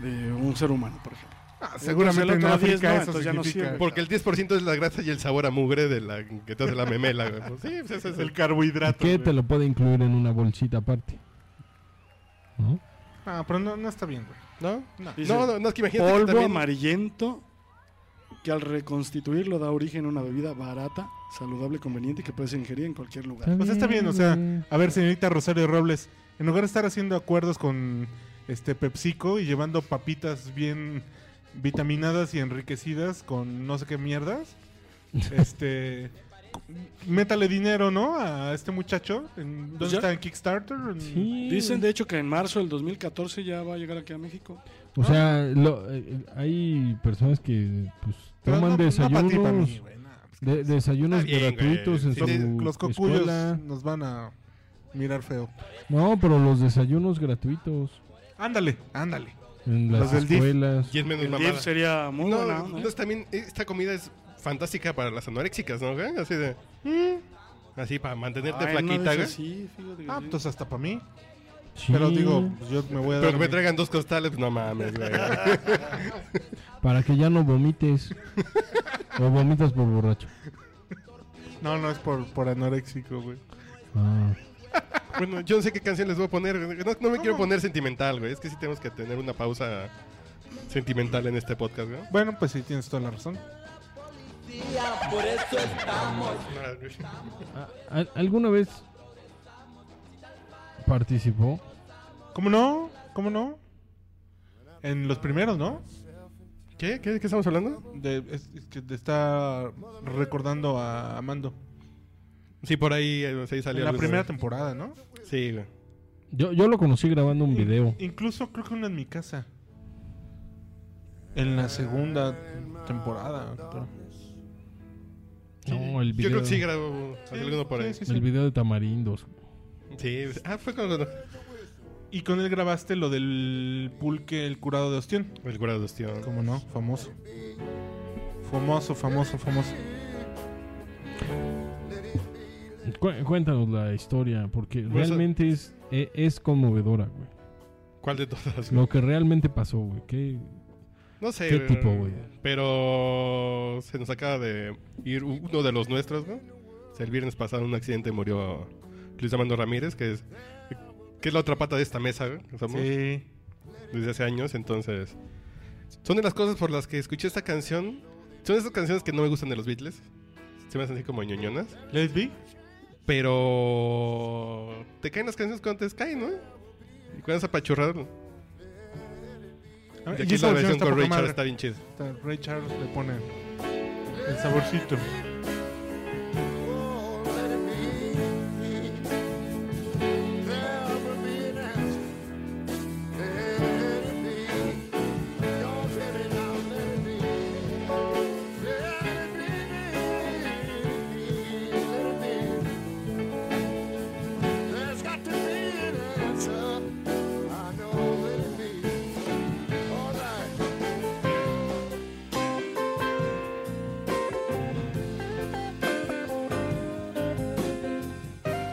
de un ser humano, por ejemplo.
Ah, seguramente
Entonces, el
en
otro diez
África
no,
eso
entonces ya no
significa
sirve.
Porque el 10% es la grasa y el sabor a mugre de la que te hace la memela, güey. Pues sí, pues
[laughs]
ese es
el
el...
carbohidrato.
¿Qué
güey.
te lo puede incluir en una bolsita aparte? ¿No?
Ah, pero no, no está bien, güey.
¿No?
No.
Dice,
No, no, no, es que imagínate
polvo
que también-
amarillento que al reconstituirlo da origen a una bebida barata, saludable, conveniente y que puedes ingerir en cualquier lugar.
Pues está bien, o sea, a ver, señorita Rosario Robles, en lugar de estar haciendo acuerdos con este PepsiCo y llevando papitas bien vitaminadas y enriquecidas con no sé
[laughs]
qué mierdas, este cu- métale dinero, ¿no? A este muchacho, ¿En- ¿dónde
ya-
está en Kickstarter? En-
Sí.
Dicen de hecho que en marzo del 2014 ya va a llegar aquí a México.
O sea, lo- eh, eh, hay personas que pues,
Pero
toman
no- no pa'
desayunos,
ti, pa' mí, güey, no, pues,
de- desayunos
Está bien, güey.
gratuitos en
Sí,
su
sí,
los- los cocuyos
escuela.
nos van a mirar feo.
No, pero los desayunos gratuitos
Ándale, ándale.
en
Los
las
del DIF.
escuelas.
Y es menos
El
mamada.
DIF sería muy
No,
buena onda, ¿eh?
entonces también esta comida es fantástica para las anoréxicas, ¿no? güey? Así de... mm, Así para mantenerte
Ay, no,
flaquita, ¿eh?
dice,
güey.
sí, fíjate que
Ah,
sí.
pues hasta para mí.
Sí,
Pero digo, pues, yo me voy a dar.
Pero que me
mi-
traigan dos costales, pues, no mames, güey.
para que ya no
[laughs]
vomites. o vomitas por borracho.
No, no es por, por anoréxico, güey.
Ah.
bueno, yo no sé qué canción les voy a poner. güey. No, no me quiero poner sentimental, güey. Es que sí tenemos que tener una pausa sentimental en este podcast, güey.
Bueno, pues sí, tienes toda la razón.
por eso estamos.
¿A- a- ¿Alguna vez participó?
¿Cómo no? ¿Cómo no? En los primeros, ¿no?
¿Qué? ¿Qué? ¿De qué estamos hablando?
De, es- es que te está recordando a Amando.
Sí, por ahí, eh, sí salió.
En la
algo,
primera
güey.
temporada, ¿no?
Sí, güey.
Yo, yo lo conocí grabando un video.
Incluso creo que uno en mi casa. en la segunda temporada. pero-
No, el
Yo
video.
creo que sí grabó salió alguno por
Sí,
ahí. Sí,
sí, sí.
El video de Tamarindos.
pues, ah, fue cuando
Y con él grabaste lo del pulque, el curado de Ostión.
el curado de ostión.
¿Cómo no? Famoso. Famoso, famoso, famoso.
Cu- cuéntanos la historia, porque
Pues,
realmente es, e- es conmovedora, güey.
¿Cuál de todas? güey?
Lo que realmente pasó, güey. ¿Qué?
No sé.
¿Qué tipo, güey?
eh, Pero se nos acaba de ir u- uno de los nuestros, ¿no? O sea, el viernes pasado en un accidente murió Luis Amando Ramírez, que es, que es la otra pata de esta mesa, güey, que somos
Sí.
desde hace años. Entonces, son de las cosas por las que escuché esta canción. Son esas canciones que no me gustan de los Beatles. Se me hacen así como ñoñonas.
¿Let's be?
Pero te caen las canciones cuando te caen, ¿no? Y cuando es apachurrado.
Ah,
Y
y
aquí
esa
la versión con
poca
Ray Charles
madre.
está bien chida.
Hasta Ray Charles le pone el saborcito.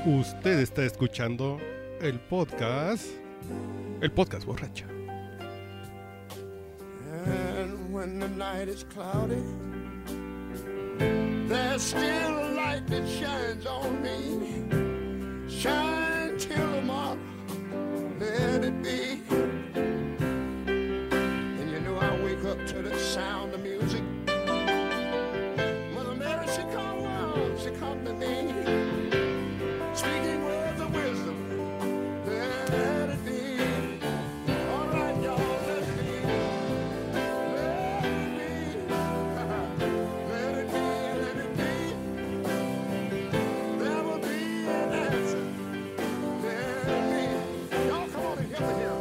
Usted está escuchando el podcast. El podcast borracha.
And when the night is cloudy, there's still a light that shines on me. Shine till tomorrow, let it be. And you know I wake up to the sound of music. Mother Mary, she come round, she come to me. Speaking words of wisdom, let it be. All right, y'all, let it be. Let it be, let it be, let it be. There will be an answer. Let it be. Y'all come on and help me here.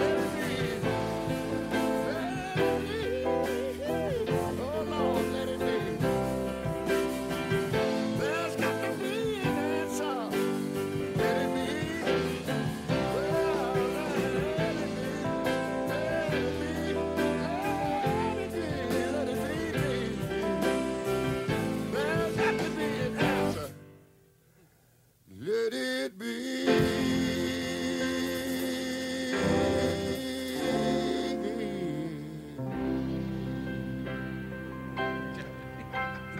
Let it be, let it be. Oh Lord, let it be. There's got to be an answer. Let it be. Well, let it be. Let it be, let it be, let it be. There's got to be an answer. Let it be.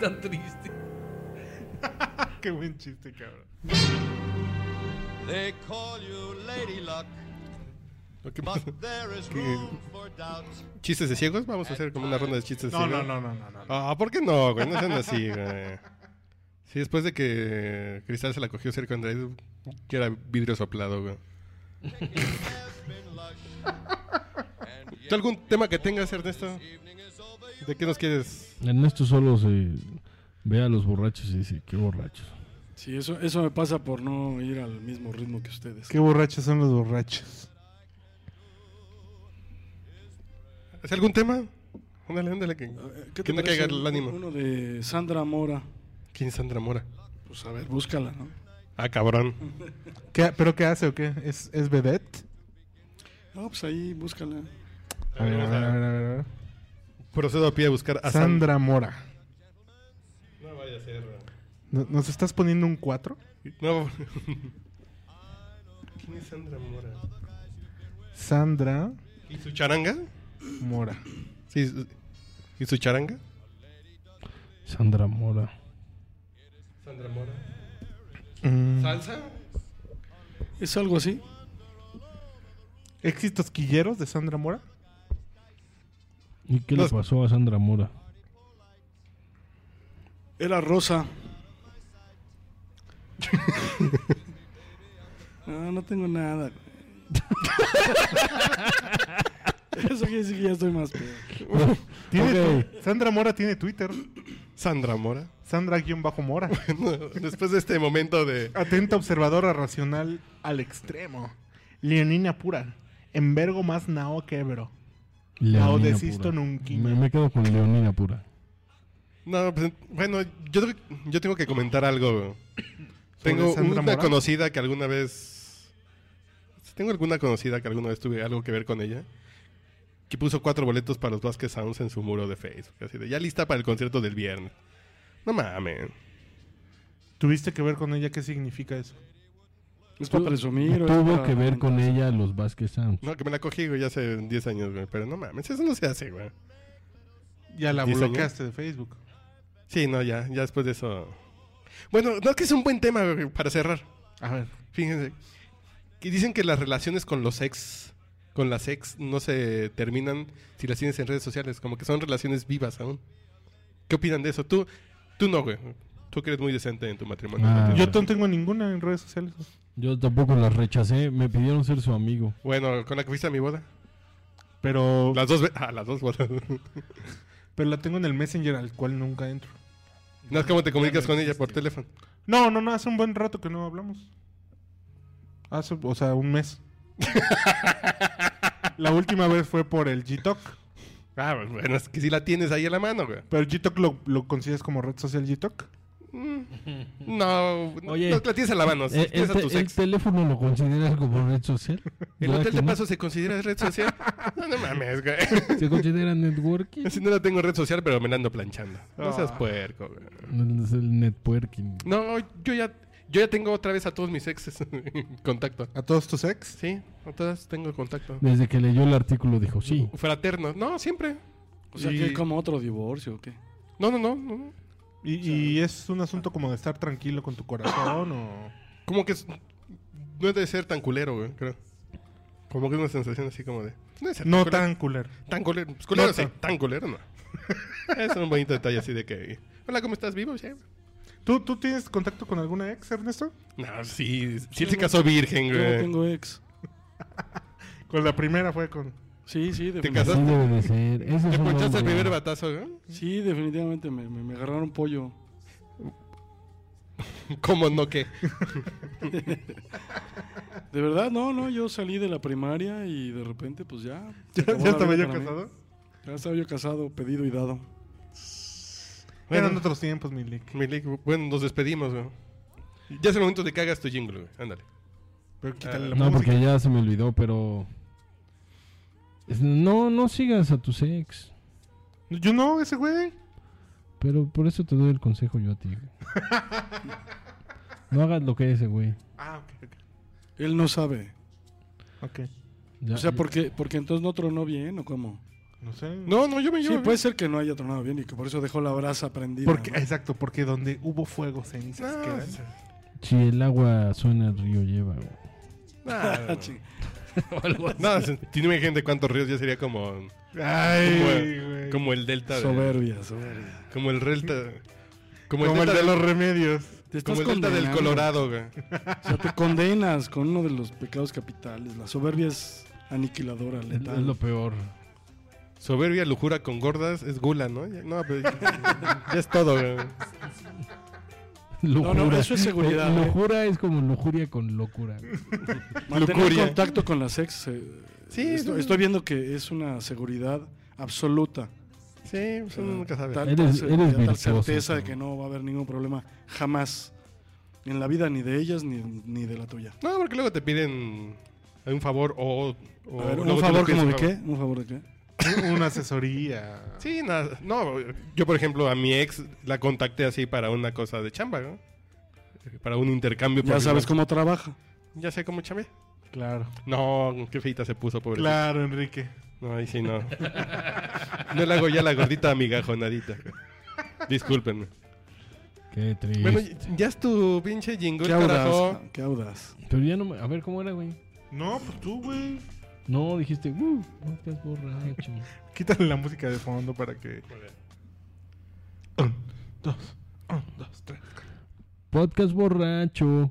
Tan triste.
[laughs] Qué buen chiste, cabrón.
They call you Lady Luck,
Ok,
but there is room for doubt.
¿Chistes de ciegos? Vamos a hacer como una ronda de chistes de
No, no,
ciegos.
no, no, no, no. no.
Ah, ¿por qué no, güey? No sean así, güey. Sí, después de que Cristal se la cogió cerca de Andrés, que era vidrio soplado, güey.
Has been lush, and
¿Tú algún tema que tengas, Ernesto?
evening is over.
¿De qué nos quieres?
Ernesto solo se ve a los borrachos y dice, qué borrachos.
Sí, eso, eso me pasa por no ir al mismo ritmo que ustedes.
Qué borrachos son los borrachos.
¿Hace algún tema? Ándale, ándale. Que...
Eh, ¿Qué
Que no
parece
caiga el ánimo.
Uno de Sandra Mora.
¿Quién es Sandra Mora?
Pues a ver, búscala, ¿no?
Ah, cabrón.
¿Qué- ¿Pero qué hace o qué? ¿Es, es vedette?
No, pues ahí búscala.
A ver, a ver, a ver, a ver, a ver.
Procedo a pie a buscar a Sandra.
Sandra Mora.
No vaya a ser. güey.
¿No- ¿Nos estás poniendo un 4?
No. [laughs] ¿Quién es Sandra Mora?
Sandra
¿Y su charanga?
Mora.
Sí. su- ¿Y su charanga?
Sandra Mora.
Sandra Mora.
Mm.
¿Salsa?
¿Es algo así?
¿Éxitos quilleros de Sandra Mora?
¿Y qué
Los-
le pasó a Sandra Mora?
Era rosa. [laughs] no, no tengo nada. [laughs] güey. Eso quiere decir que ya estoy más pedo.
¿Tiene tu- Sandra Mora tiene Twitter.
Sandra Mora. [laughs]
Sandra-Mora.
No, Después de este momento de.
Atenta observadora racional al extremo. Leonina pura. Envergo más nao que Ebro. No
Leonina
desisto
pura.
nunca.
Me, me quedo con Leonina pura.
No, pues, bueno, yo, tengo- yo tengo que comentar algo.
¿Sobre
Tengo
Sandra
una
Mora?
conocida que alguna vez. Tengo alguna conocida que alguna vez tuve algo que ver con ella. Que puso cuatro boletos para los Vasquez Sounds en su muro de Facebook. Así de, ya lista para el concierto del viernes. No mames.
¿Tuviste que ver con ella qué significa eso?
Es para presumir. o es
Tuvo
para-
que ver con ella los Vázquez Sounds.
No, que me la cogí, güey, ya hace 10 años, güey. Pero no mames, eso no se hace, güey.
Ya la
¿Sí, señor?
bloqueaste de Facebook.
Sí, no, ya, ya después de eso. Bueno, no, que es un buen tema güey, para cerrar.
A ver.
Fíjense. Que dicen que las relaciones con los ex, con las ex, no se terminan si las tienes en redes sociales. Como que son relaciones vivas aún. ¿Qué opinan de eso? Tú, tú no, güey. Tú que eres muy decente en tu matrimonio.
Ah.
Yo no tengo ninguna en redes sociales.
Yo tampoco las rechacé, me pidieron ser su amigo.
Bueno, con la que fuiste a mi boda.
Pero,
Las dos, ve- ah, las dos bodas.
pero la tengo en el Messenger al cual nunca entro.
no es como te comunicas con ella por teléfono.
No, no, no, hace un buen rato que no hablamos. Hace, o sea, un [laughs] mes. la última vez fue por el G-Talk.
Ah, bueno, es que si la tienes ahí a la mano, güey.
¿Pero el G-Talk lo, lo consideras como red social G-Talk?
Mm, No, no,
Oye,
no la tienes a la mano.
Eh,
tienes
¿El,
a
te-
tus
el
ex.
teléfono lo consideras como red social?
[laughs] ¿El
¿Verdad
hotel
que
de
no?
paso se considera
[laughs]
red social? No, no mames, güey.
¿Se considera networking?
[laughs] Si no la tengo en red social, pero me la ando planchando. No seas
Ah.
puerco. güey.
No, Es el networking.
No, yo ya, yo ya tengo otra vez a todos mis exes [laughs] en contacto.
¿A todos tus ex?
Sí, a todas tengo contacto.
Desde que leyó el artículo dijo, sí.
Fraterno. No, siempre.
O sea,
Y-
que es como otro divorcio o qué.
No, no, no, no.
¿Y, y es un asunto como de estar tranquilo con tu corazón [coughs] o...?
Como que es- no es de ser tan culero, güey, creo. Como que es una sensación así como de... No, es ser
No
culero.
tan culero.
Tan culero. Pues culero
No
sí,
tan.
tan culero no. [laughs] es un bonito detalle así de que... Hola, ¿cómo estás? ¿Vivo? Sí.
¿Tú, ¿Tú tienes contacto con alguna ex, Ernesto?
No, sí. Sí, él se casó virgen,
Yo no
güey.
tengo ex.
Con la primera fue con...
Sí, sí,
¿Te
Así
definitivamente.
casaste?
debe de ser. Ese es
¿Te
un
ponchaste el
hombre.
primer batazo, güey?
Sí, definitivamente me, me- me agarraron pollo.
¿Cómo no qué?
De verdad, no, no, yo salí de la primaria y de repente,
[laughs]
pues ya. se
[laughs] ¿Ya,
acabó
ya
la
estaba
vida
yo
para mí.
casado?
Ya estaba yo casado, pedido y dado.
Eran otros tiempos, mi lick.
Milik, bueno, nos despedimos, güey. Ya es el momento de que hagas tu jingle, güey. Ándale.
Pero quítale
Ah,
la
No,
música.
porque ya se me olvidó, pero... Es- No, no sigas a tus ex.
Yo no, ese güey.
Pero por eso te doy el consejo yo a ti. güey.
[laughs]
No hagas lo que ese, güey.
Ah, ok,
Él no sabe.
ok. Ok.
Ya-
O sea, porque, porque entonces no tronó bien o cómo.
No sé.
No, no, yo me
Sí,
llevo.
puede ser que no haya tronado bien y que por eso dejó la brasa prendida.
Porque,
¿no?
Exacto, porque donde hubo fuego, cenizas
No,
quedan.
sí.
Si el agua suena, el río lleva. güey.
Nada,
Ah, ching.
tiene gente cuántos ríos ya sería como,
Ay, güey. Como,
como el delta. de-
Soberbia, soberbia.
como el delta. Como,
el de
del-
los remedios.
Te estás
como el delta del
condenando.
Colorado, güey.
O sea, te condenas con uno de los pecados capitales. La soberbia es aniquiladora,
Es,
letal.
es lo peor.
Soberbia, lujura con gordas es gula, ¿no? Ya, no, pero ya, ya es todo, güey.
Lujura.
eso es seguridad,
Eh,
eh.
Lujura es como lujuria con locura.
Mantener
Lujuria.
contacto con las ex. eh,
Sí,
esto-
sí.
estoy viendo que es una seguridad absoluta.
Sí, pues uno nunca sabe.
Tal,
Eres-
tal seguridad,
eres
tal
virtuoso,
certeza de
cabrón.
que no va a haber ningún problema jamás. En la vida ni de ellas ni, ni de la tuya.
No, porque luego te piden un favor o... o
A ver,
luego
¿Un
te lo
favor
pides
como de
Oh, un
qué? ¿Un favor de qué?
Un- [laughs] Una asesoría.
Sí, nada. No, yo por ejemplo a mi ex la contacté así para una cosa de chamba, ¿no? Eh, Para un intercambio.
Ya
por-
sabes cómo trabaja.
Ya sé cómo chamé.
Claro.
No, qué feita se puso, pobre.
Claro, Enrique.
No, ahí sí no. no le hago ya la gordita amigajonadita. Discúlpenme.
Qué triste.
Bueno, ya es tu pinche jingle,
Qué audaz.
carajo.
Qué audaz.
Pero ya no me- A ver, ¿cómo era, güey?
No, pues tú, güey.
No, dijiste, uh, no estás borracho.
Quítale la música de fondo para que. Un, dos, un, dos, tres.
Podcast borracho.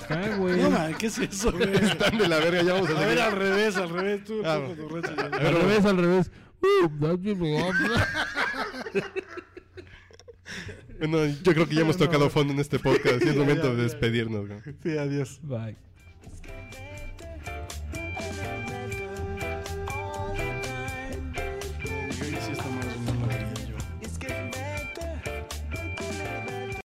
Ajá, güey.
¡Uh! No, ma, ¿qué es eso, güey?
Están de la verga, ya vamos a
A ver,
seguir.
al revés, al revés. Tú,
Ah,
tú,
bueno.
borracho, ya.
Al revés, al revés. Uh, no, no, no, no.
[laughs] Bueno, yo creo que ya hemos tocado fondo en este podcast. y es momento de despedirnos. ¿no?
Sí, adiós.
Bye.